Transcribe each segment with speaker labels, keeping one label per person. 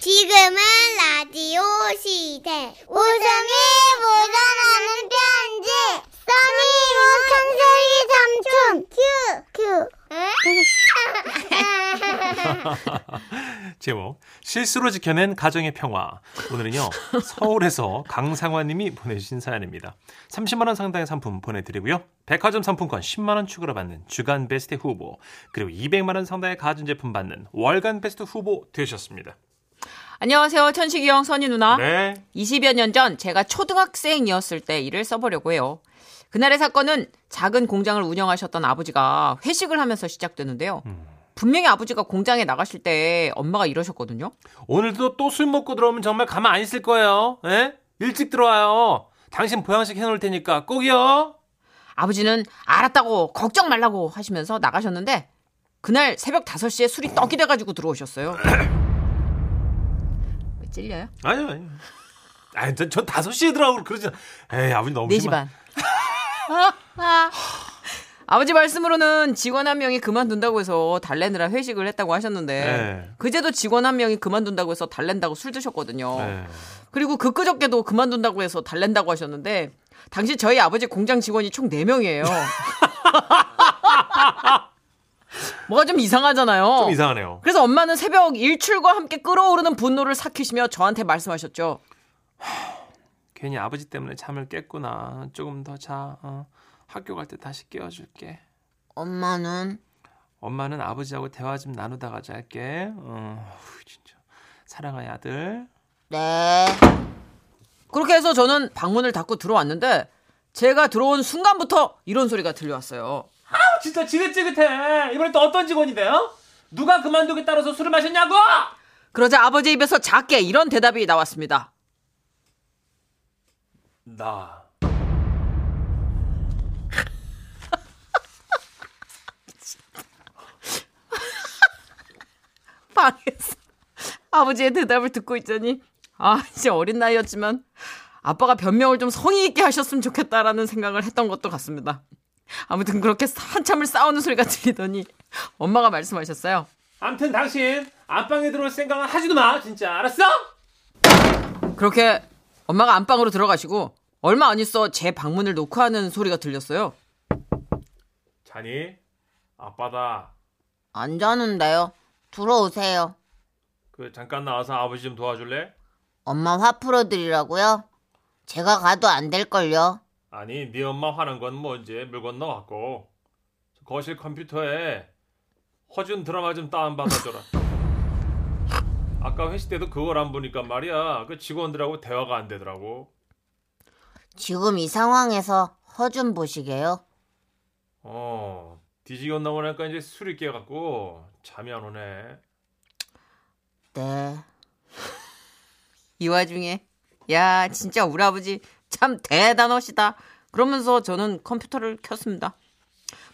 Speaker 1: 지금은 라디오 시대. 웃음이 묻어나는 편지. 써니 우천세기 삼촌. 큐. 큐.
Speaker 2: 제목 실수로 지켜낸 가정의 평화 오늘은요 서울에서 강상화님이 보내주신 사연입니다 30만 원 상당의 상품 보내드리고요 백화점 상품권 10만 원 추가로 받는 주간 베스트 후보 그리고 200만 원 상당의 가전제품 받는 월간 베스트 후보 되셨습니다
Speaker 3: 안녕하세요. 천식이 형, 선희 누나.
Speaker 2: 네
Speaker 3: 20여 년 전 제가 초등학생이었을 때 일을 써보려고 해요. 그날의 사건은 작은 공장을 운영하셨던 아버지가 회식을 하면서 시작되는데요. 분명히 아버지가 공장에 나가실 때 엄마가 이러셨거든요.
Speaker 2: 오늘도 또 술 먹고 들어오면 정말 가만 안 있을 거예요 예? 일찍 들어와요 당신 보양식 해놓을 테니까 꼭이요
Speaker 3: 아버지는 알았다고 걱정 말라고 하시면서 나가셨는데 그날 새벽 5시에 술이 떡이 돼가지고 들어오셨어요. 왜 찔려요?
Speaker 2: 아니요 아니요 아니 저, 저 5시에 들어가고 그러지 않- 에이 아버지 너무
Speaker 3: 4시
Speaker 2: 심하-
Speaker 3: 반. 아버지 말씀으로는 직원 한 명이 그만둔다고 해서 달래느라 회식을 했다고 하셨는데
Speaker 2: 네.
Speaker 3: 그제도 직원 한 명이 그만둔다고 해서 달랜다고 술 드셨거든요.
Speaker 2: 네.
Speaker 3: 그리고 그 그저께도 그만둔다고 해서 달랜다고 하셨는데 당시 저희 아버지 공장 직원이 총 4명이에요. 뭐가 좀 이상하잖아요.
Speaker 2: 좀 이상하네요
Speaker 3: 그래서 엄마는 새벽 일출과 함께 끓어오르는 분노를 삭히시며 저한테 말씀하셨죠.
Speaker 2: 괜히 아버지 때문에 잠을 깼구나. 조금 더 자. 어. 학교 갈 때 다시 깨워줄게.
Speaker 3: 엄마는
Speaker 2: 엄마는 아버지하고 대화 좀 나누다가 잘게. 어, 후, 진짜 사랑해 아들.
Speaker 3: 네. 그렇게 해서 저는 방문을 닫고 들어왔는데 제가 들어온 순간부터 이런 소리가 들려왔어요.
Speaker 2: 진짜 지긋지긋해. 이번에 또 어떤 직원이 돼요? 누가 그만두기 따라서 술을 마셨냐고?
Speaker 3: 그러자 아버지 입에서 작게 이런 대답이 나왔습니다.
Speaker 2: 나.
Speaker 3: 방에서 아버지의 대답을 듣고 있자니 아 이제 어린 나이였지만 아빠가 변명을 좀 성의 있게 하셨으면 좋겠다라는 생각을 했던 것도 같습니다. 아무튼 그렇게 한참을 싸우는 소리가 들리더니 엄마가 말씀하셨어요.
Speaker 2: 암튼 당신 안방에 들어올 생각은 하지도 마. 진짜 알았어?
Speaker 3: 그렇게 엄마가 안방으로 들어가시고 얼마 안 있어 제 방문을 놓고 하는 소리가 들렸어요.
Speaker 2: 자니 아빠다.
Speaker 3: 안 자는데요.
Speaker 4: 들어오세요.
Speaker 2: 그 잠깐 나와서 아버지 좀 도와줄래?
Speaker 4: 엄마 화 풀어드리라고요? 제가 가도 안 될걸요?
Speaker 2: 아니 네 엄마 화난 건 뭔지 물 건너갔고 거실 컴퓨터에 허준 드라마 좀 다운받아줘라 아까 회식 때도 그걸 안 보니까 말이야 그 직원들하고 대화가 안 되더라고
Speaker 4: 지금 이 상황에서 허준 보시게요?
Speaker 2: 어 뒤지겼나 보니까 이제 술이 깨갖고 잠이 안 오네
Speaker 4: 네.
Speaker 3: 이 와중에 야 진짜 우리 아버지 참 대단하시다. 그러면서 저는 컴퓨터를 켰습니다.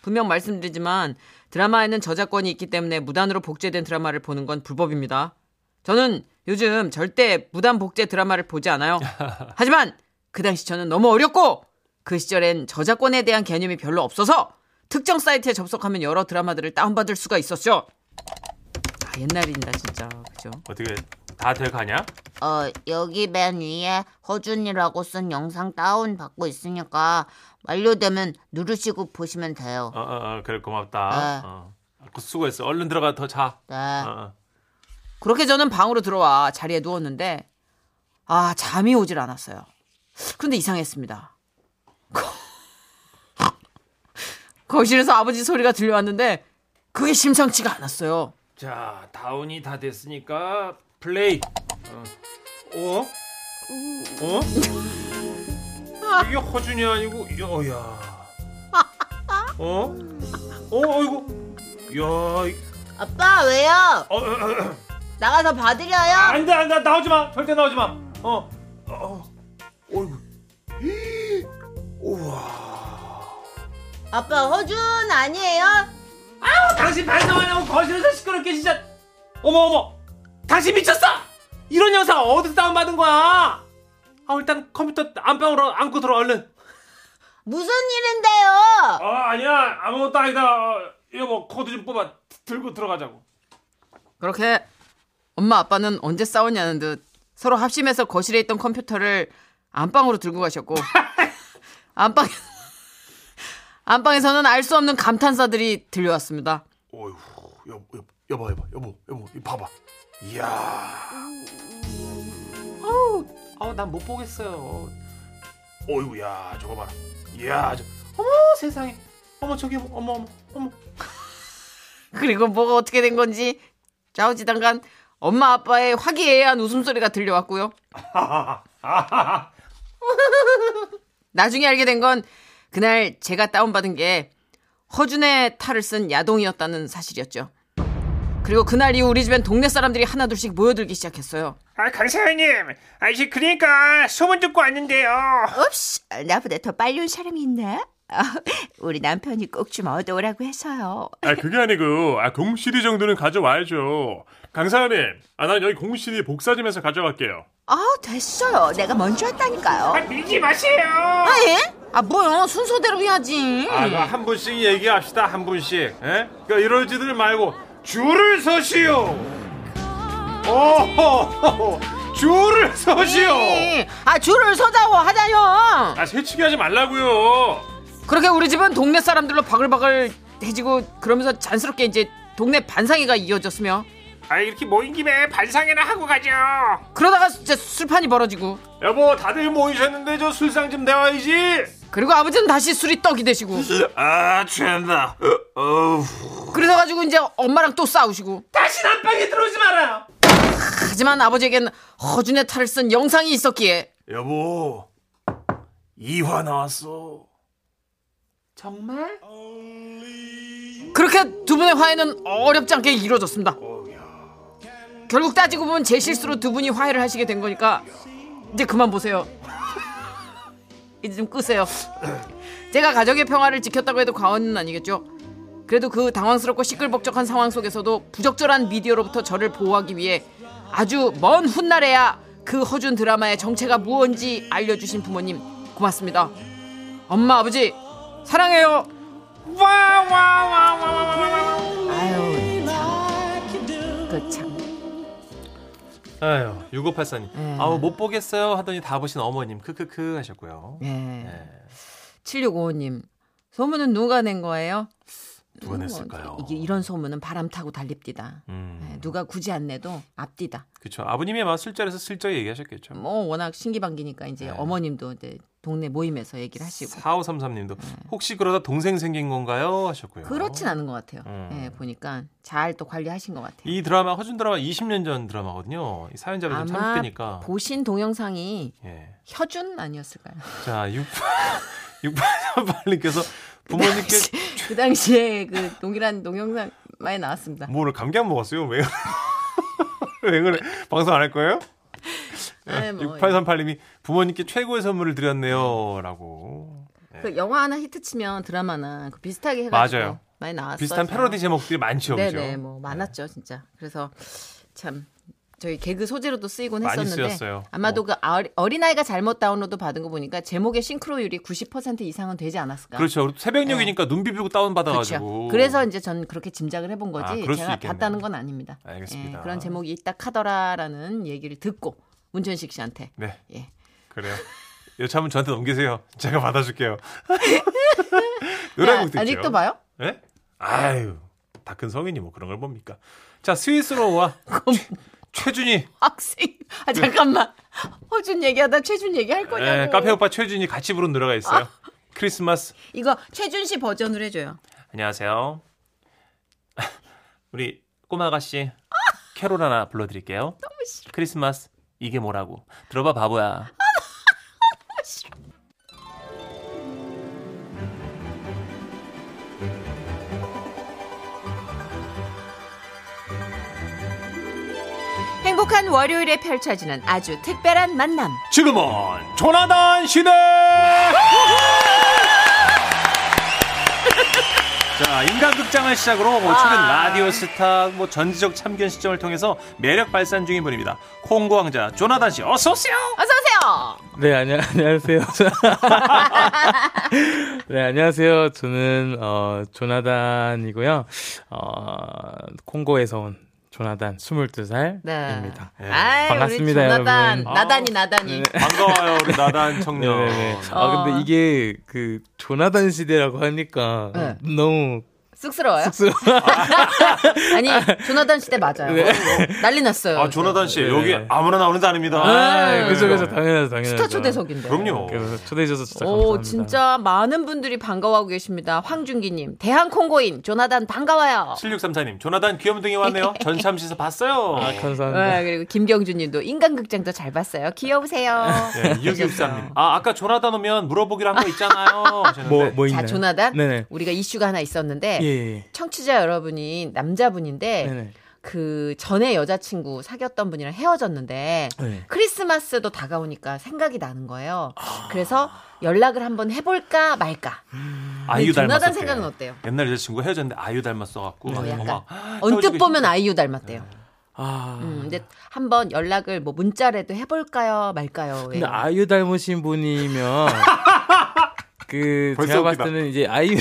Speaker 3: 분명 말씀드리지만 드라마에는 저작권이 있기 때문에 무단으로 복제된 드라마를 보는 건 불법입니다. 저는 요즘 절대 무단 복제 드라마를 보지 않아요. 하지만 그 당시 저는 너무 어렸고 그 시절엔 저작권에 대한 개념이 별로 없어서 특정 사이트에 접속하면 여러 드라마들을 다운받을 수가 있었죠. 아 옛날인다 진짜 그죠?
Speaker 2: 어떻게 다 돼가냐?
Speaker 4: 어, 여기 맨 위에 허준이라고 쓴 영상 다운 받고 있으니까 완료되면 누르시고 보시면 돼요.
Speaker 2: 어어 어, 그래
Speaker 4: 아.
Speaker 2: 고맙다 어. 그 수고했어 얼른 들어가 더자
Speaker 4: 네.
Speaker 2: 어, 어.
Speaker 3: 그렇게 저는 방으로 들어와 자리에 누웠는데 아 잠이 오질 않았어요. 그런데 이상했습니다. 거실에서 아버지 소리가 들려왔는데 그게 심상치가 않았어요.
Speaker 2: 자 다운이 다 됐으니까 플레이 어? 어? 어? 이게 허준이 아니고 여야 어? 어 아이고 야
Speaker 4: 아빠, 왜요?
Speaker 2: 어, 어, 어,
Speaker 4: 나가서 봐드려요?
Speaker 2: 안돼 안돼 나오지 마 절대 나오지 마어 어, 어, 어이구
Speaker 4: 아빠, 허준 아니에요?
Speaker 2: 당신 반성 안 하고 거실에서 시끄럽게 진짜 어머 어머 당신 미쳤어 이런 영상 어디서 다운받은 거야 아 일단 컴퓨터 안방으로 안고 들어 얼른
Speaker 4: 무슨 일인데요?
Speaker 2: 아 아니야 아무것도 뭐 아니다 어, 여보 코드 좀 뽑아 드- 들고 들어가자고
Speaker 3: 그렇게 엄마 아빠는 언제 싸웠냐는 듯 서로 합심해서 거실에 있던 컴퓨터를 안방으로 들고 가셨고 안방 안방에서는 알 수 없는 감탄사들이 들려왔습니다.
Speaker 2: 어휴, 여보, 여보, 여보, 여보, 여보, 여보, 이거 봐봐. 이야. 아우, 아우, 난 못 보겠어요. 어휴, 야, 저거 봐라. 이야, 저, 어머 세상에. 어머 저기 어머 어머 어머, 어머.
Speaker 3: 그리고 뭐가 어떻게 된 건지 좌우지단간 엄마 아빠의 화기애애한 웃음소리가 들려왔고요. 나중에 알게 된 건 그날 제가 다운받은 게 허준의 탈을 쓴 야동이었다는 사실이었죠. 그리고 그날 이후 우리 집엔 동네 사람들이 하나둘씩 모여들기 시작했어요.
Speaker 5: 아, 강사님. 아, 이제 그러니까 소문 듣고 왔는데요.
Speaker 6: 읍씨, 어, 나보다 더 빨리 온 사람이 있나? 아, 우리 남편이 꼭 좀 얻어오라고 해서요.
Speaker 7: 아 그게 아니고 아 공시 d 정도는 가져와야죠. 강사님, 아난 여기 공시 d 복사점에서 가져갈게요.
Speaker 6: 아, 됐어요. 내가 먼저
Speaker 5: 아,
Speaker 6: 왔다니까요.
Speaker 5: 밀지 마세요.
Speaker 3: 예? 아 뭐야 순서대로 해야지.
Speaker 7: 아한 분씩 얘기합시다 한 분씩. 예? 그러니까 이러지들 말고
Speaker 5: 줄을 서시오.
Speaker 7: 어, 오 줄을 서시오.
Speaker 3: 아 줄을 서자고 하자요.
Speaker 7: 아 새치기 하지 말라고요.
Speaker 3: 그렇게 우리 집은 동네 사람들로 바글바글 해지고 그러면서 잔스럽게 이제 동네 반상회가 이어졌으며
Speaker 5: 아, 이렇게 모인 김에 반상회나 하고 가죠.
Speaker 3: 그러다가 진짜 술판이 벌어지고
Speaker 7: 여보 다들 모이셨는데 저 술상 좀 내와야지.
Speaker 3: 그리고 아버지는 다시 술이 떡이 되시고
Speaker 7: 아 취한다.
Speaker 3: 그래서 가지고 이제 엄마랑 또 싸우시고
Speaker 5: 다시 안방에 들어오지 마라.
Speaker 3: 하지만 아버지에겐 허준의 탈을 쓴 영상이 있었기에
Speaker 7: 여보 이화 나왔어.
Speaker 3: 그렇게 두 분의 화해는 어렵지 않게 이루어졌습니다. 결국 따지고 보면 제 실수로 두 분이 화해를 하시게 된 거니까 이제 그만 보세요. 이제 좀 끄세요. 제가 가정의 평화를 지켰다고 해도 과언은 아니겠죠. 그래도 그 당황스럽고 시끌벅적한 상황 속에서도 부적절한 미디어로부터 저를 보호하기 위해 아주 먼 훗날에야 그 허준 드라마의 정체가 무언지 알려주신 부모님 고맙습니다. 엄마 아버지 사랑해요.
Speaker 5: 와, 와, 와, 와, 와, 와, 와.
Speaker 3: 아유 그참
Speaker 2: 아유, 6584님.
Speaker 3: 네.
Speaker 2: 아우 못 보겠어요 하더니 다 보신 어머님 크크크 하셨고요. 네.
Speaker 3: 예. 7655님 소문은 누가 낸 거예요? 뭐,
Speaker 2: 누가 냈을까요?
Speaker 3: 어, 이게 이런 소문은 바람 타고 달립디다.
Speaker 2: 음,
Speaker 3: 예, 누가 굳이 안 내도 앞뒤다.
Speaker 2: 그쵸. 아버님이 아마 술자리에서 슬쩍 얘기하셨겠죠.
Speaker 3: 뭐 워낙 신기방기니까 이제
Speaker 2: 네.
Speaker 3: 어머님도 이제 동네 모임에서 얘기를 하시고
Speaker 2: 4533님도 혹시 그러다 동생 생긴 건가요? 하셨고요.
Speaker 3: 네. 그렇진 않은 것 같아요.
Speaker 2: 음.
Speaker 3: 예, 보니까 잘 또 관리하신 것 같아요.
Speaker 2: 이 드라마 허준 드라마 20년 전 드라마거든요. 이 사연자분 지금
Speaker 3: 아마
Speaker 2: 30대니까.
Speaker 3: 보신 동영상이
Speaker 2: 예.
Speaker 3: 혀준 아니었을까요?
Speaker 2: 자, 6838님께서 부모님께
Speaker 3: 그 당시에 그 동일한 동영상 많이 나왔습니다.
Speaker 2: 뭐를 감기 안 먹었어요? 왜 그래? 왜 그래? 방송 안 할 거예요?
Speaker 3: 네, 뭐,
Speaker 2: 6838님이 부모님께 최고의 선물을 드렸네요라고.
Speaker 3: 그 영화 하나 히트 치면 드라마나 그 비슷하게 해가지고
Speaker 2: 맞아요.
Speaker 3: 많이 나왔어요.
Speaker 2: 비슷한 패러디 제목들이 많죠. 그죠?
Speaker 3: 네네 뭐 많았죠 진짜. 그래서 참 저희 개그 소재로도 쓰이곤
Speaker 2: 많이
Speaker 3: 했었는데
Speaker 2: 쓰였어요.
Speaker 3: 아마도 그 어리- 어린아이가 잘못 다운로드 받은 거 보니까 제목의 싱크로율이 90% 이상은 되지 않았을까.
Speaker 2: 그렇죠. 새벽녘이니까 눈 비비고 다운 받아 가지고.
Speaker 3: 네. 그렇죠. 그래서 이제 전 그렇게 짐작을 해본 거지
Speaker 2: 아, 그럴 수
Speaker 3: 제가
Speaker 2: 있겠네요.
Speaker 3: 봤다는 건 아닙니다.
Speaker 2: 알겠습니다.
Speaker 3: 예, 그런 제목이 있다 카더라라는 얘기를 듣고 문천식 씨한테
Speaker 2: 네.
Speaker 3: 예.
Speaker 2: 그래요. 여차하면 저한테 넘기세요. 제가 받아줄게요. 노래
Speaker 3: 야,
Speaker 2: 한곡 듣죠.
Speaker 3: 네, 아직도 봐요?
Speaker 2: 예? 아유, 다 큰 성인이 뭐 그런 걸 봅니까? 자, 스위스로와 최준이,
Speaker 3: 학생. 아 잠깐만. 허준 얘기하다 최준 얘기할 거냐고.
Speaker 2: 예, 카페 오빠 최준이 같이 부른 노래가 있어요.
Speaker 3: 아.
Speaker 2: 크리스마스.
Speaker 3: 이거 최준 씨 버전으로 해줘요.
Speaker 2: 안녕하세요. 우리 꼬마 아가씨 캐롤 하나 불러드릴게요. 크리스마스 이게 뭐라고 들어봐 바보야.
Speaker 6: 행복한 월요일에 펼쳐지는 아주 특별한 만남.
Speaker 2: 지금은 조나단 시대. 자, 인간극장을 시작으로 뭐 최근 라디오 스타, 뭐 전지적 참견 시점을 통해서 매력 발산 중인 분입니다. 콩고 왕자 조나단 씨, 어서 오세요.
Speaker 3: 어서 오세요.
Speaker 8: 네, 안녕, 안녕하세요. 네, 안녕하세요. 저는, 어, 조나단이고요. 어, 콩고에서 온 조나단 22살입니다.
Speaker 3: 네.
Speaker 2: 예.
Speaker 3: 아이,
Speaker 8: 반갑습니다,
Speaker 3: 우리 나단,
Speaker 8: 여러분. 어. 네.
Speaker 3: 나단이 나단이.
Speaker 2: 반가워요 우리 나단 청년.
Speaker 8: 네네네. 아
Speaker 3: 어.
Speaker 8: 근데 이게 그 조나단 시대라고 하니까
Speaker 3: 네.
Speaker 8: 너무
Speaker 3: 쑥스러워요? 아니 조나단 시대 맞아요.
Speaker 8: 네.
Speaker 3: 난리 났어요.
Speaker 2: 아 조나단 씨 여기
Speaker 8: 네네.
Speaker 2: 아무나 나오는 데 아닙니다. 네,
Speaker 8: 아, 그죠 그죠 당연하죠 당연하죠.
Speaker 3: 스타 초대석인데.
Speaker 2: 그럼요.
Speaker 8: 그래서 초대해 주셔서 진짜
Speaker 3: 오
Speaker 8: 감사합니다.
Speaker 3: 진짜 많은 분들이 반가워하고 계십니다. 황준기님 대한 콩고인 조나단 반가워요.
Speaker 2: 7634님 조나단 귀염둥이 왔네요. 전참시에서 봤어요.
Speaker 8: 아, 감사합니다.
Speaker 3: 네, 그리고 김경준님도 인간극장도 잘 봤어요. 귀여우세요.
Speaker 2: 네, 2663님. 아, 아까 조나단 오면 물어보기로 한 거 있잖아요.
Speaker 8: 뭐
Speaker 2: 하셨는데.
Speaker 8: 뭐 있나요?
Speaker 3: 네. 자 조나단 네.
Speaker 8: 네네.
Speaker 3: 우리가 이슈가 하나 있었는데
Speaker 8: 예, 예.
Speaker 3: 청취자 여러분이 남자분인데
Speaker 8: 네네.
Speaker 3: 그 전에 여자친구 사귀었던 분이랑 헤어졌는데
Speaker 8: 네.
Speaker 3: 크리스마스도 다가오니까 생각이 나는 거예요.
Speaker 8: 아.
Speaker 3: 그래서 연락을 한번 해볼까 말까.
Speaker 2: 아이유
Speaker 3: 조나단
Speaker 2: 닮았을
Speaker 3: 생각은 어때요?
Speaker 2: 옛날 여자친구 헤어졌는데 아이유 닮았어갖고.
Speaker 3: 어, 약간.
Speaker 2: 어머, 아, 헤어지고
Speaker 3: 언뜻 보면
Speaker 2: 싶다.
Speaker 3: 아이유 닮았대요.
Speaker 8: 아
Speaker 3: 음, 근데 한번 연락을 뭐 문자라도 해볼까요 말까요?
Speaker 2: 네.
Speaker 8: 근데 아이유 닮으신 분이면 그
Speaker 2: 벌써
Speaker 8: 제가 봤을
Speaker 2: 웃기다.
Speaker 8: 때는 이제 아이유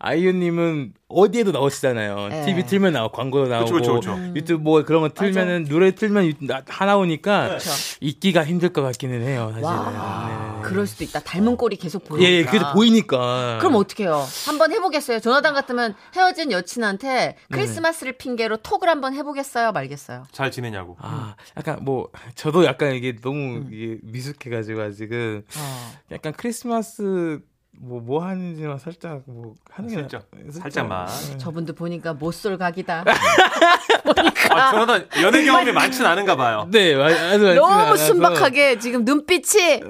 Speaker 8: 아이유님은 어디에도 나오시잖아요.
Speaker 3: 네. 음.
Speaker 8: TV 틀면 나오고 광고 나오고
Speaker 2: 그쵸, 그쵸.
Speaker 8: 유튜브 뭐 그런 거 틀면은 노래 틀면 유- 나- 다 나오니까 잊기가 힘들 것 같기는 해요. 사실은.
Speaker 3: 와,
Speaker 8: 네.
Speaker 3: 그럴 수도 있다. 닮은 꼴이 계속 보이니까.
Speaker 8: 예, 그게 보이니까.
Speaker 3: 그럼 어떻게 해요? 한번 해보겠어요. 조나단 같으면 헤어진
Speaker 8: 네.
Speaker 3: 여친한테 크리스마스를 핑계로 톡을 한번 해보겠어요? 말겠어요?
Speaker 2: 잘 지내냐고.
Speaker 8: 아, 약간 뭐 저도 약간 이게 너무
Speaker 3: 음.
Speaker 8: 이게 미숙해가지고 아직은
Speaker 3: 어.
Speaker 8: 약간 크리스마스 뭐 뭐 하는지만 살짝 뭐 하는 게 나-
Speaker 2: 아, 살짝,
Speaker 3: 네.
Speaker 2: 살짝만.
Speaker 3: 저분도 보니까 못쏠 각이다.
Speaker 2: 아, 조나단
Speaker 3: 네.
Speaker 2: 연애 경험이 많진 않은가 봐요.
Speaker 8: 네, 아, 아주 많지는
Speaker 3: 너무
Speaker 8: 않아서.
Speaker 3: 순박하게 지금 눈빛이
Speaker 8: 어,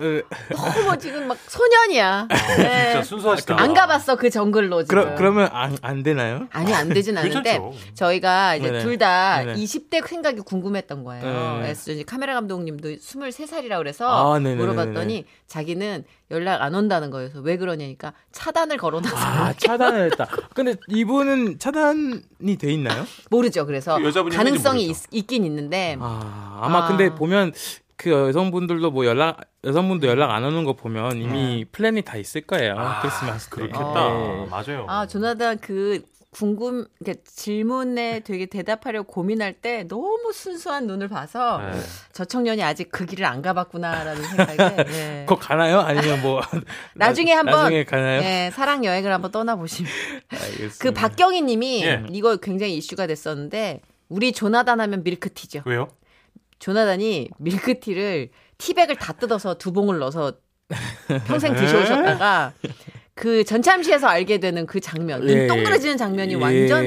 Speaker 3: 너무 지금 막 소년이야. 네.
Speaker 2: 진짜 순수하시다.
Speaker 3: 안 가봤어 그 정글로 지금.
Speaker 8: 아, 그러, 그러면 안, 안 되나요?
Speaker 3: 아니 안 되진 않은데
Speaker 2: 괜찮죠.
Speaker 3: 저희가 이제
Speaker 8: 네네.
Speaker 3: 둘 다
Speaker 8: 네네.
Speaker 3: 20대 생각이 궁금했던 거예요.
Speaker 8: 네네.
Speaker 3: 그래서 이제 카메라 감독님도 23살이라 그래서
Speaker 8: 아, 네네네네.
Speaker 3: 물어봤더니 자기는 연락 안 온다는 거예요. 그래서 왜 그러냐니까 차단을 걸어놨어요.
Speaker 8: 아, 차단을 했다. 근데 이분은 차단이 돼 있나요?
Speaker 3: 모르죠. 그래서
Speaker 2: 그 여자분이
Speaker 3: 가능성이
Speaker 2: 했는지
Speaker 3: 있, 긴 있는데
Speaker 8: 아, 아마
Speaker 3: 아.
Speaker 8: 근데 보면 그 여성분들도 뭐 연락, 여성분도 연락 안 오는 거 보면
Speaker 3: 네.
Speaker 8: 이미 플랜이 다 있을 거예요. 크리스마스 때.
Speaker 2: 아, 그렇겠다.
Speaker 8: 네.
Speaker 2: 맞아요.
Speaker 3: 아 조나단 그 궁금 그 질문에 되게 대답하려 고 고민할 때 너무 순수한 눈을 봐서
Speaker 2: 네.
Speaker 3: 저 청년이 아직 그 길을 안 가봤구나라는 생각에 네.
Speaker 8: 그거 가나요? 아니면 뭐
Speaker 3: 나중에 한번
Speaker 8: 나중에 가나요?
Speaker 3: 네, 사랑 여행을 한번 떠나보시면
Speaker 8: 알겠습니다.
Speaker 3: 그 박경희 님이
Speaker 2: 예.
Speaker 3: 이거 굉장히 이슈가 됐었는데 우리 조나단 하면 밀크티죠.
Speaker 2: 왜요?
Speaker 3: 조나단이 밀크티를 티백을 다 뜯어서 두 봉을 넣어서 평생 드셔오셨다가 그 전참시에서 알게 되는 그 장면,
Speaker 8: 예,
Speaker 3: 눈 동그래지는 장면이
Speaker 8: 예.
Speaker 3: 완전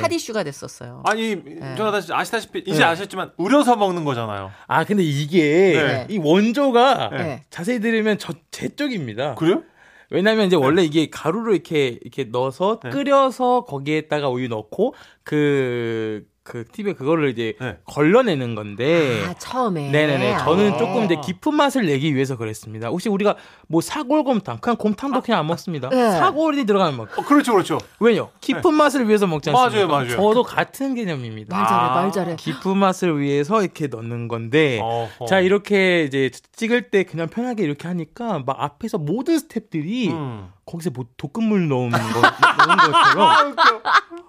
Speaker 3: 핫 이슈가 됐었어요.
Speaker 2: 아니,
Speaker 3: 네.
Speaker 2: 조나단 씨 아시다시피, 이제 아셨지만, 우려서 먹는 거잖아요.
Speaker 8: 아 근데 이게
Speaker 3: 네.
Speaker 8: 이 원조가
Speaker 3: 네.
Speaker 8: 자세히 들으면 저 제 쪽입니다.
Speaker 2: 그래요?
Speaker 8: 왜냐면 이제 원래 이게 가루로 이렇게 이렇게 넣어서
Speaker 2: 네.
Speaker 8: 끓여서 거기에다가 우유 넣고 그, 그 팁에 그거를 이제
Speaker 2: 네.
Speaker 8: 걸러내는 건데.
Speaker 3: 아, 처음에.
Speaker 8: 네. 네네네. 저는
Speaker 2: 아.
Speaker 8: 조금 이제 깊은 맛을 내기 위해서 그랬습니다. 혹시 우리가 뭐 사골곰탕, 그냥
Speaker 2: 아.
Speaker 8: 곰탕도 그냥 안 먹습니다.
Speaker 3: 네.
Speaker 8: 사골이 들어가면 먹.
Speaker 2: 어, 그렇죠, 그렇죠.
Speaker 8: 왜요? 깊은 맛을 위해서 먹지
Speaker 2: 맞아요,
Speaker 8: 않습니까?
Speaker 2: 맞아요.
Speaker 8: 저도 같은 개념입니다.
Speaker 3: 말 잘해,
Speaker 2: 아.
Speaker 3: 말 잘해.
Speaker 8: 깊은 맛을 위해서 이렇게 넣는
Speaker 3: 네.
Speaker 8: 건데.
Speaker 2: 어허.
Speaker 8: 자 이렇게 이제 찍을 때 그냥 편하게 이렇게 하니까 막 앞에서 모든 스탭들이
Speaker 2: 음.
Speaker 8: 거기서 뭐 독극물 넣은 거 넣은
Speaker 2: 아,
Speaker 8: 것처럼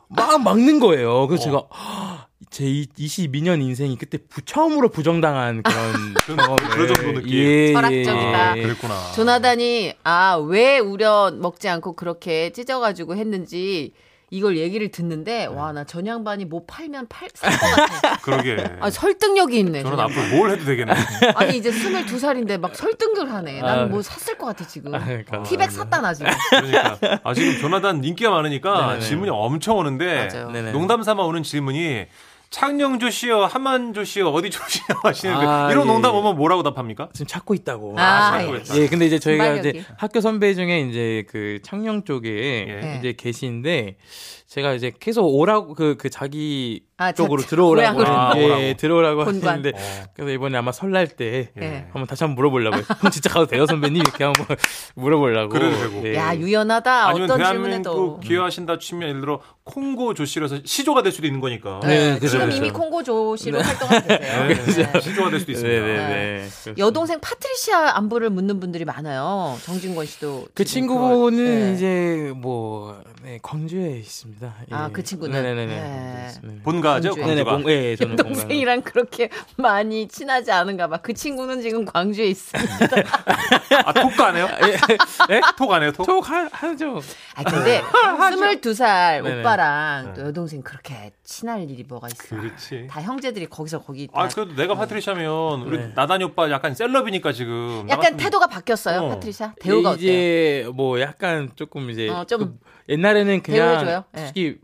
Speaker 8: 막 막는 거예요.
Speaker 2: 어.
Speaker 8: 그래서 제가 제 22년 인생이 그때 부, 처음으로 부정당한 그런
Speaker 2: 그-
Speaker 8: 경험을
Speaker 2: 그 정도 느낌.
Speaker 8: 예, 예,
Speaker 3: 철학적이다.
Speaker 8: 예,
Speaker 2: 아,
Speaker 8: 예.
Speaker 2: 그랬구나.
Speaker 3: 조나단이 아 왜 우려 먹지 않고 그렇게 찢어가지고 했는지 이걸 얘기를
Speaker 8: 네.
Speaker 3: 듣는데 와 나 전양반이 뭐 팔면 팔살것 같아.
Speaker 2: 그러게.
Speaker 3: 아 설득력이 있네.
Speaker 2: 저는
Speaker 3: 전양-
Speaker 2: 앞으로 뭘 해도 되겠네.
Speaker 3: 아니 이제 스물두 살인데 막 설득을 하네.
Speaker 8: 아,
Speaker 3: 나는 뭐 샀을 것 같아 지금.
Speaker 8: 그러니까.
Speaker 3: 티백 샀다 나 지금.
Speaker 2: 그러니까 아 지금 조나단 인기가 많으니까
Speaker 8: 네네네.
Speaker 2: 질문이 엄청 오는데
Speaker 3: 맞아요.
Speaker 8: 네네.
Speaker 2: 농담 삼아 오는 질문이 창녕조 씨요, 한만조 씨요, 어디 조 씨요 하시는데
Speaker 8: 아,
Speaker 2: 이런
Speaker 8: 예.
Speaker 2: 농담 오면 뭐라고 답합니까?
Speaker 8: 지금 찾고 있다고.
Speaker 3: 아,
Speaker 2: 찾고 예. 있다.
Speaker 8: 예, 근데 이제 저희가
Speaker 3: 순발력이.
Speaker 8: 이제 학교 선배 중에 이제 그 창녕 쪽에
Speaker 2: 예.
Speaker 8: 이제 계시는데 제가 이제 계속 오라고 그 그 자기
Speaker 3: 아, 자,
Speaker 8: 쪽으로
Speaker 3: 자,
Speaker 8: 들어오라고
Speaker 3: 모양으로.
Speaker 8: 하는데,
Speaker 2: 아, 오라고.
Speaker 8: 예, 들어오라고
Speaker 3: 본관.
Speaker 8: 하시는데 그래서 이번에 아마 설날 때
Speaker 2: 예.
Speaker 3: 네.
Speaker 8: 한번 다시 한번 물어보려고. 요 그럼 진짜 가도 돼요, 선배님? 이렇게 한번 물어보려고.
Speaker 2: 그래도 되고.
Speaker 8: 예.
Speaker 3: 야 유연하다.
Speaker 2: 아니면
Speaker 3: 어떤
Speaker 2: 대한민국
Speaker 3: 질문에도. 음.
Speaker 2: 기여하신다 치면 예를 들어 콩고 조 씨라서 시조가 될 수도 있는 거니까.
Speaker 3: 네,
Speaker 8: 그죠,
Speaker 3: 지금
Speaker 8: 그죠.
Speaker 3: 이미 콩고 조시로 활동하고 계세요. 네.
Speaker 2: 네, 시조가 될 수도 있습니다.
Speaker 8: 네네네. 그래서
Speaker 3: 여동생 파트리시아 안부를 묻는 분들이 많아요. 정진권 씨도
Speaker 8: 그
Speaker 3: 지금
Speaker 8: 친구분은
Speaker 3: 그걸- 네.
Speaker 8: 이제 뭐 네, 광주에 있습니다. 친구입니다. 예.
Speaker 3: 아, 그 친구는? 네.
Speaker 8: 네네네네. 네.
Speaker 2: 본가죠?
Speaker 3: 본주에.
Speaker 8: 네네,
Speaker 2: 광주가.
Speaker 8: 공, 예, 예, 저는 공감.
Speaker 3: 동생이랑 그렇게 많이 친하지 않은가 봐. 그 친구는 지금 광주에 있습니다.
Speaker 2: 아, 톡도 안 해요?
Speaker 8: 예?
Speaker 2: 톡 안 해요, 톡?
Speaker 8: 톡 하, 네. 하죠.
Speaker 3: 아, 근데 22살
Speaker 8: 네네.
Speaker 3: 오빠랑 또 여동생 그렇게 친할 일이 뭐가 있어.
Speaker 2: 그렇지.
Speaker 3: 다 형제들이 거기서 거기 다
Speaker 2: 아, 그래도 내가 파트리샤면 우리
Speaker 8: 네.
Speaker 2: 나단이 오빠 약간 셀럽이니까 지금. 나
Speaker 3: 약간
Speaker 2: 같으면-
Speaker 3: 태도가 바뀌었어요,
Speaker 2: 어.
Speaker 3: 파트리샤? 대우가 어때요?
Speaker 8: 그 음. 이제 뭐 약간 조금 이제
Speaker 3: 어, 좀
Speaker 8: 그 옛날에는
Speaker 3: 대우해줘요?
Speaker 8: 그냥
Speaker 3: 예.
Speaker 8: 솔직히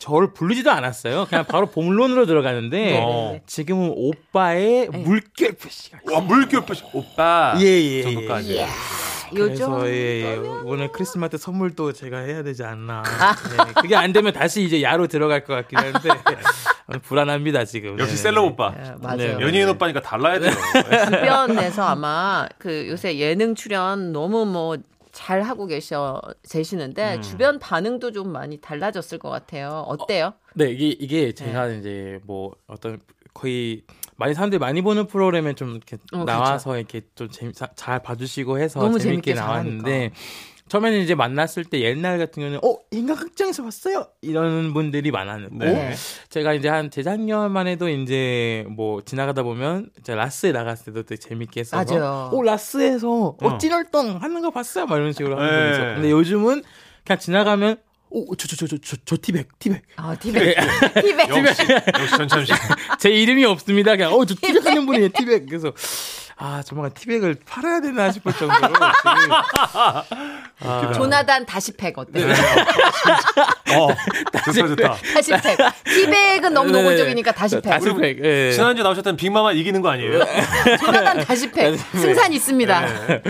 Speaker 8: 저를 부르지도 않았어요. 그냥 바로 본론으로
Speaker 3: 네,
Speaker 8: 들어가는데
Speaker 2: 어.
Speaker 8: 지금은 오빠의
Speaker 3: 예.
Speaker 8: 물결 표시가.
Speaker 2: 와, 물결 표시. 오빠.
Speaker 8: 예예.
Speaker 2: 정도까지.
Speaker 3: 요즘
Speaker 8: 그래서 예, 예. 오늘 크리스마스 선물도 제가 해야 되지 않나. 네, 그게 안 되면 다시 이제 야로 들어갈 것 같긴 한데 불안합니다 지금.
Speaker 2: 역시
Speaker 8: 네.
Speaker 2: 셀럽 오빠.
Speaker 3: 예,
Speaker 8: 네,
Speaker 3: 맞아요.
Speaker 2: 연예인 오빠니까 달라야 돼요.
Speaker 3: 주변에서 아마 그 요새 예능 출연 너무 뭐 잘 하고 계셔 계시는데
Speaker 8: 음.
Speaker 3: 주변 반응도 좀 많이 달라졌을 것 같아요. 어때요?
Speaker 8: 네 이게 이게 제가 이제 뭐 어떤 거의 많이 사람들이 많이 보는 프로그램에 좀 이렇게
Speaker 3: 어,
Speaker 8: 나와서 이렇게 좀 재미 자- 잘 봐주시고 해서
Speaker 3: 너무 재밌게
Speaker 8: 재밌게
Speaker 3: 잘하니까.
Speaker 8: 나왔는데 처음에는 이제 만났을 때 옛날 같은 경우는 어 인간극장에서 봤어요 이런 분들이 많았는데
Speaker 2: 네.
Speaker 8: 제가 이제 한 재작년만 해도 이제 뭐 지나가다 보면 이제 라스에 나갔을 때도 되게 재밌게 했어서
Speaker 3: 맞아요.
Speaker 8: 오 라스에서 어찌널덩 하는 거 봤어요 막 이런 식으로 하는
Speaker 2: 네.
Speaker 8: 분이 있었고 근데 요즘은 그냥 지나가면 어, 오저 저 저 저 저 티백 티백
Speaker 3: 아, 티백.
Speaker 8: 네.
Speaker 3: 티백.
Speaker 2: 역시, 역시 어, 전참식.
Speaker 8: 제 이름이 없습니다. 그냥 어저 티백 하는 분이에요. 티백. 그래서 아 조만간 티백을 팔아야 되나 싶을 정도로 지금 아,
Speaker 3: 조나단 다시 팩 어때요?
Speaker 8: 네.
Speaker 2: 어,
Speaker 8: 예.
Speaker 2: 좋다, 좋다.
Speaker 3: 다시 팩. 티백은 너무
Speaker 8: 네네네.
Speaker 3: 노골적이니까 다시 팩.
Speaker 8: 다시 팩. 예.
Speaker 2: 지난주에 나오셨던 빅마마 이기는 거 아니에요?
Speaker 3: 조나단 다시
Speaker 8: 네,
Speaker 3: 팩. 승산 있습니다.
Speaker 8: 예.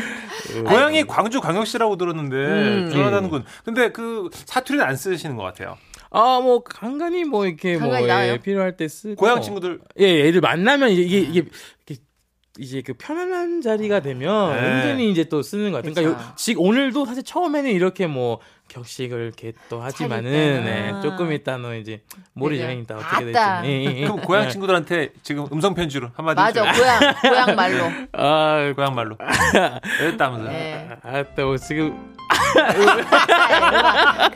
Speaker 2: 고향이 광주 광역시라고
Speaker 8: 음,
Speaker 2: 들었는데, 조나단군. 근데 그 사투리는 안 쓰시는 것 같아요.
Speaker 8: 아뭐 간간히 뭐 이렇게 뭐
Speaker 3: 간간히 나와요?
Speaker 8: 예, 필요할 때 쓰고
Speaker 2: 고향 친구들
Speaker 8: 예 얘들 만나면 이제
Speaker 3: 아.
Speaker 8: 이게 이게 이렇게 이제 그 편안한 자리가 되면
Speaker 2: 네.
Speaker 8: 은근히 이제 또 쓰는 것 같아요.
Speaker 3: 아.
Speaker 8: 그러니까
Speaker 3: 그쵸.
Speaker 8: 요- 지금 오늘도 사실 처음에는 이렇게 뭐 격식을 이렇게 또 하지만은 네,
Speaker 3: 때는.
Speaker 8: 조금 있다는 이제 모레
Speaker 3: 그죠.
Speaker 8: 여행 있다 어떻게 될지.
Speaker 3: 아따.
Speaker 8: 예, 예, 예.
Speaker 2: 그럼 고향
Speaker 8: 네.
Speaker 2: 친구들한테 지금 음성 편지로 한마디
Speaker 3: 맞아.
Speaker 2: 해줘요.
Speaker 3: 고향 고향 말로.
Speaker 8: 아
Speaker 2: 고향 말로. 그랬다면서.
Speaker 3: 네. 아,
Speaker 8: 아따 뭐 지금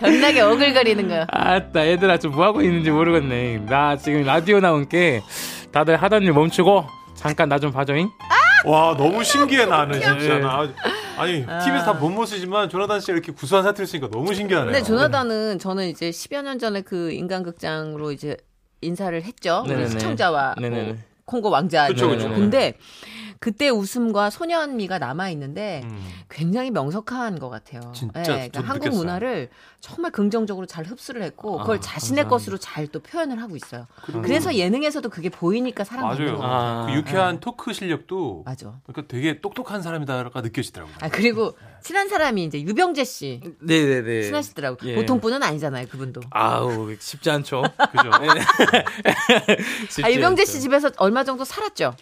Speaker 3: 겁나게 어글거리는 거요.
Speaker 8: 아따 얘들아 좀 뭐하고 있는지 모르겠네 나 지금 라디오 나온 게 다들 하던 일 멈추고 잠깐 나 좀 봐줘잉
Speaker 2: 와 너무 신기해 나는 진짜 나 아주- 아니 TV에서 다 못 모쓰지만 조나단 씨가 이렇게 구수한 사투리 쓰니까 너무 신기하네요.
Speaker 3: 근데 조나단은 저는 이제 10여 년 전에 그 인간극장으로 이제 인사를 했죠. 우리
Speaker 8: 네네네.
Speaker 3: 시청자와 뭐
Speaker 8: 네네네.
Speaker 3: 콩고 왕자.
Speaker 2: 그쵸, 네.
Speaker 8: 그쵸.
Speaker 3: 근데 그때 웃음과 소년미가 남아있는데
Speaker 2: 음.
Speaker 3: 굉장히 명석한 것 같아요.
Speaker 2: 진짜
Speaker 3: 예,
Speaker 2: 좀
Speaker 3: 한국
Speaker 2: 느꼈어요.
Speaker 3: 문화를 정말 긍정적으로 잘 흡수를 했고 그걸
Speaker 8: 아,
Speaker 3: 자신의
Speaker 8: 감사합니다.
Speaker 3: 것으로 잘 또 표현을 하고 있어요.
Speaker 2: 그리고
Speaker 3: 그래서 예능에서도 그게 보이니까 사랑받는
Speaker 2: 맞아요.
Speaker 3: 거 같아요.
Speaker 8: 아,
Speaker 2: 그 유쾌한 토크 실력도
Speaker 3: 맞아.
Speaker 2: 그러니까 되게 똑똑한 사람이다가 느껴지더라고요.
Speaker 3: 아 그리고 친한 사람이 이제 유병재 씨
Speaker 8: 네네네
Speaker 3: 친하시더라고.
Speaker 8: 예.
Speaker 3: 보통 분은 아니잖아요, 그분도.
Speaker 8: 아우 쉽지 않죠
Speaker 2: 그죠?
Speaker 8: 쉽지
Speaker 3: 아 유병재
Speaker 8: 않죠.
Speaker 3: 씨 집에서 얼마 정도 살았죠?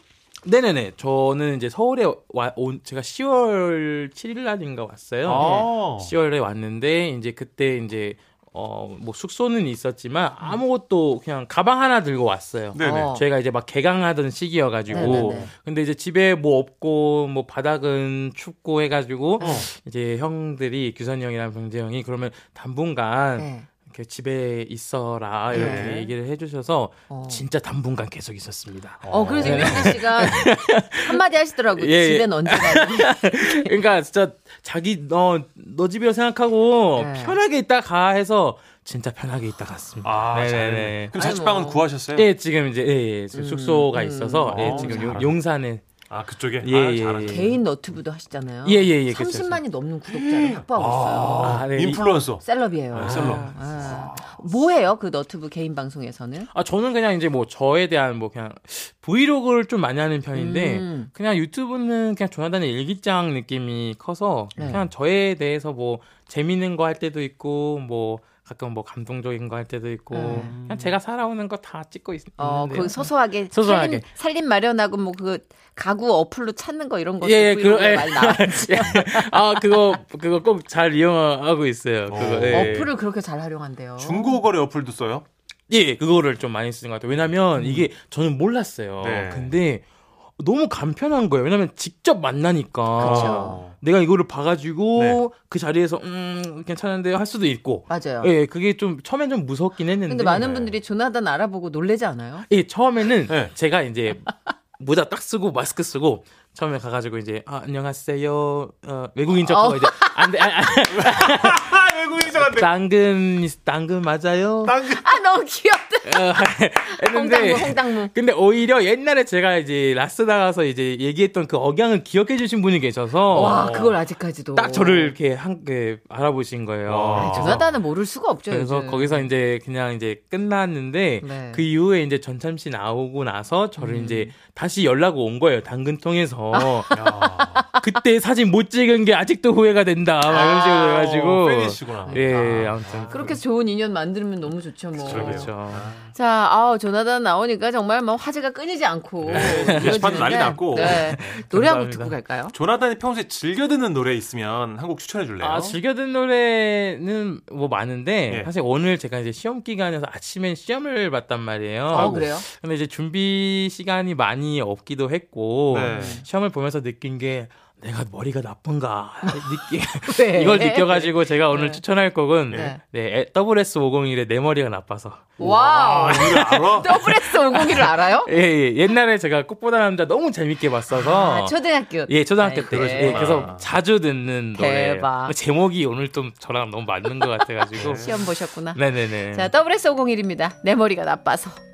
Speaker 8: 네네네 저는 이제 서울에 와, 온 제가 10월 7일 날인가 왔어요
Speaker 2: 아.
Speaker 8: 10월에 왔는데 이제 그때 이제 어 뭐 숙소는 있었지만 아무것도 그냥 가방 하나 들고 왔어요.
Speaker 2: 네네.
Speaker 3: 어.
Speaker 8: 저희가 이제 막 개강하던 시기여가지고
Speaker 3: 네네네.
Speaker 8: 근데 이제 집에 뭐 없고 뭐 바닥은 춥고 해가지고
Speaker 3: 어.
Speaker 8: 이제 형들이 규선이 형이랑 병재 형이 그러면 당분간
Speaker 3: 네.
Speaker 8: 이렇게 집에 있어라 이렇게
Speaker 3: 네.
Speaker 8: 얘기를 해주셔서
Speaker 3: 어.
Speaker 8: 진짜 당분간 계속 있었습니다.
Speaker 3: 어, 그래서
Speaker 2: 네.
Speaker 3: 유병재 씨가 한마디 하시더라고요.
Speaker 8: 예, 예.
Speaker 3: 집엔 언제 가니?
Speaker 8: 그러니까 진짜 자기 너 너 집이라 생각하고
Speaker 3: 네.
Speaker 8: 편하게 있다 가 해서 진짜 편하게 있다 갔습니다.
Speaker 2: 아,
Speaker 8: 네네네.
Speaker 2: 잘했네. 그럼 자취방은
Speaker 3: 아이고.
Speaker 2: 구하셨어요?
Speaker 8: 예, 지금 이제 예, 예, 지금 숙소가
Speaker 3: 음.
Speaker 8: 있어서 예,
Speaker 2: 어,
Speaker 8: 지금
Speaker 2: 잘하네.
Speaker 8: 용- 용산에
Speaker 2: 아 그쪽에.
Speaker 8: 예,
Speaker 2: 아,
Speaker 8: 예,
Speaker 2: 잘하네.
Speaker 8: 예.
Speaker 3: 개인 너튜브도 하시잖아요.
Speaker 8: 예, 예, 예, 그쵸,
Speaker 3: 30만이 넘는 구독자를 확보하고 있어요.
Speaker 2: 아,
Speaker 8: 아, 네.
Speaker 2: 인플루언서.
Speaker 3: 셀럽이에요.
Speaker 2: 네, 셀럽.
Speaker 3: 아, 뭐예요? 그 너튜브 개인 방송에서는?
Speaker 8: 아 저는 그냥 이제 뭐 저에 대한 뭐 그냥 브이로그를 좀 많이 하는 편인데
Speaker 3: 음.
Speaker 8: 그냥 유튜브는 그냥 조나단의 일기장 느낌이 커서
Speaker 3: 네.
Speaker 8: 그냥 저에 대해서 뭐 재밌는 거 할 때도 있고 뭐 가끔 뭐 감동적인 거 할 때도 있고
Speaker 3: 음.
Speaker 8: 그냥 제가 살아오는 거 다 찍고 있,
Speaker 3: 어,
Speaker 8: 있는데요.
Speaker 3: 그 소소하게,
Speaker 8: 음, 네. 소소하게.
Speaker 3: 살림, 살림 마련하고 뭐 그 가구 어플로 찾는 거 이런 거
Speaker 8: 예,
Speaker 3: 듣고 이런
Speaker 8: 그러-
Speaker 3: 거
Speaker 8: 예.
Speaker 3: 많이 나왔지.
Speaker 8: 아 그거 그거 꼭 잘 이용하고 있어요. 그거 예.
Speaker 3: 어플을 그렇게 잘 활용한대요.
Speaker 2: 중고거래 어플도 써요?
Speaker 8: 예, 그거를 좀 많이 쓰는 것 같아요. 왜냐면 이게 저는 몰랐어요.
Speaker 2: 네.
Speaker 8: 근데 너무 간편한 거예요. 왜냐면 직접 만나니까 내가 이거를 봐가지고
Speaker 2: 네.
Speaker 8: 그 자리에서 음 괜찮은데요 할 수도 있고.
Speaker 3: 맞아요.
Speaker 8: 예, 그게 좀 처음엔 좀 무섭긴 했는데. 네.
Speaker 3: 근데 많은 분들이 조나단 알아보고 놀래지 않아요?
Speaker 8: 예, 처음에는
Speaker 2: 네.
Speaker 8: 제가 이제 모자 딱 쓰고 마스크 쓰고 처음에 가가지고 이제 아, 안녕하세요 어, 외국인 척하고 이제 안돼 아,
Speaker 7: 아, 외국인 사람
Speaker 8: 당근 당근 맞아요
Speaker 3: 아 너무 귀엽다.
Speaker 8: 어,
Speaker 3: 홍당무
Speaker 8: 했는데 예.
Speaker 3: 홍당무.
Speaker 8: 근데 오히려 옛날에 제가 이제 라스 나가서 이제 얘기했던 그 억양을 기억해 주신 분이 계셔서
Speaker 3: 와 그걸 아직까지도
Speaker 8: 어. 딱 저를 이렇게 한게 알아보신 거예요.
Speaker 2: 와.
Speaker 8: 그래서
Speaker 3: 조나단은 모를 수가 없죠.
Speaker 8: 그래서
Speaker 3: 요즘.
Speaker 8: 거기서 이제 그냥 이제 끝났는데
Speaker 3: 네. 음.
Speaker 8: 그 이후에 이제 전참 씨 나오고 나서 저를 이제 다시 연락 온 거예요 당근 통해서 그때 사진 못 찍은 게 아직도 후회가 된다 막 이런 식으로 해가지고
Speaker 2: 어, 팬이시구나.
Speaker 8: 예 아무튼
Speaker 3: 그렇게 해서 좋은 인연 만들면 너무 좋죠 뭐.
Speaker 8: 그렇죠
Speaker 3: 자, 아우 조나단 나오니까 정말 뭐 화제가 끊이지 않고
Speaker 2: 네, 게시판 난리
Speaker 3: 이어지는데,
Speaker 2: 났고.
Speaker 3: 네. 노래 한 곡
Speaker 8: 감사합니다.
Speaker 3: 듣고 갈까요?
Speaker 2: 조나단이 평소에 즐겨 듣는 노래 있으면 한 곡 추천해 줄래요?
Speaker 8: 아 즐겨 듣는 노래는 뭐 많은데
Speaker 2: 예.
Speaker 8: 사실 오늘 제가 이제 시험 기간이어서 아침엔 시험을 봤단 말이에요
Speaker 3: 어, 그래요?
Speaker 8: 근데 이제 준비 시간이 많이 없기도 했고
Speaker 2: 네.
Speaker 8: 시험을 보면서 느낀 게 내가 머리가 나쁜가 느끼
Speaker 3: 왜?
Speaker 8: 이걸 느껴가지고 제가 오늘
Speaker 3: 네.
Speaker 8: 추천할 곡은
Speaker 3: 네.
Speaker 8: 네, WS501의 내 머리가 나빠서
Speaker 3: 와우.
Speaker 2: 이거 알아?
Speaker 3: 더블 S 501을 알아요?
Speaker 8: 예, 예 옛날에 제가 꽃보다 남자 너무 재밌게 봤어서
Speaker 3: 아, 초등학교
Speaker 8: 예 초등학교 때
Speaker 3: 아이고. 네.
Speaker 8: 예, 그래서 자주 듣는
Speaker 3: 대박.
Speaker 8: 노래 뭐 제목이 오늘 좀 저랑 너무 맞는 것 같아가지고
Speaker 3: 시험 보셨구나.
Speaker 8: 네네네
Speaker 3: 자, 더블 S 501입니다. 내 머리가 나빠서.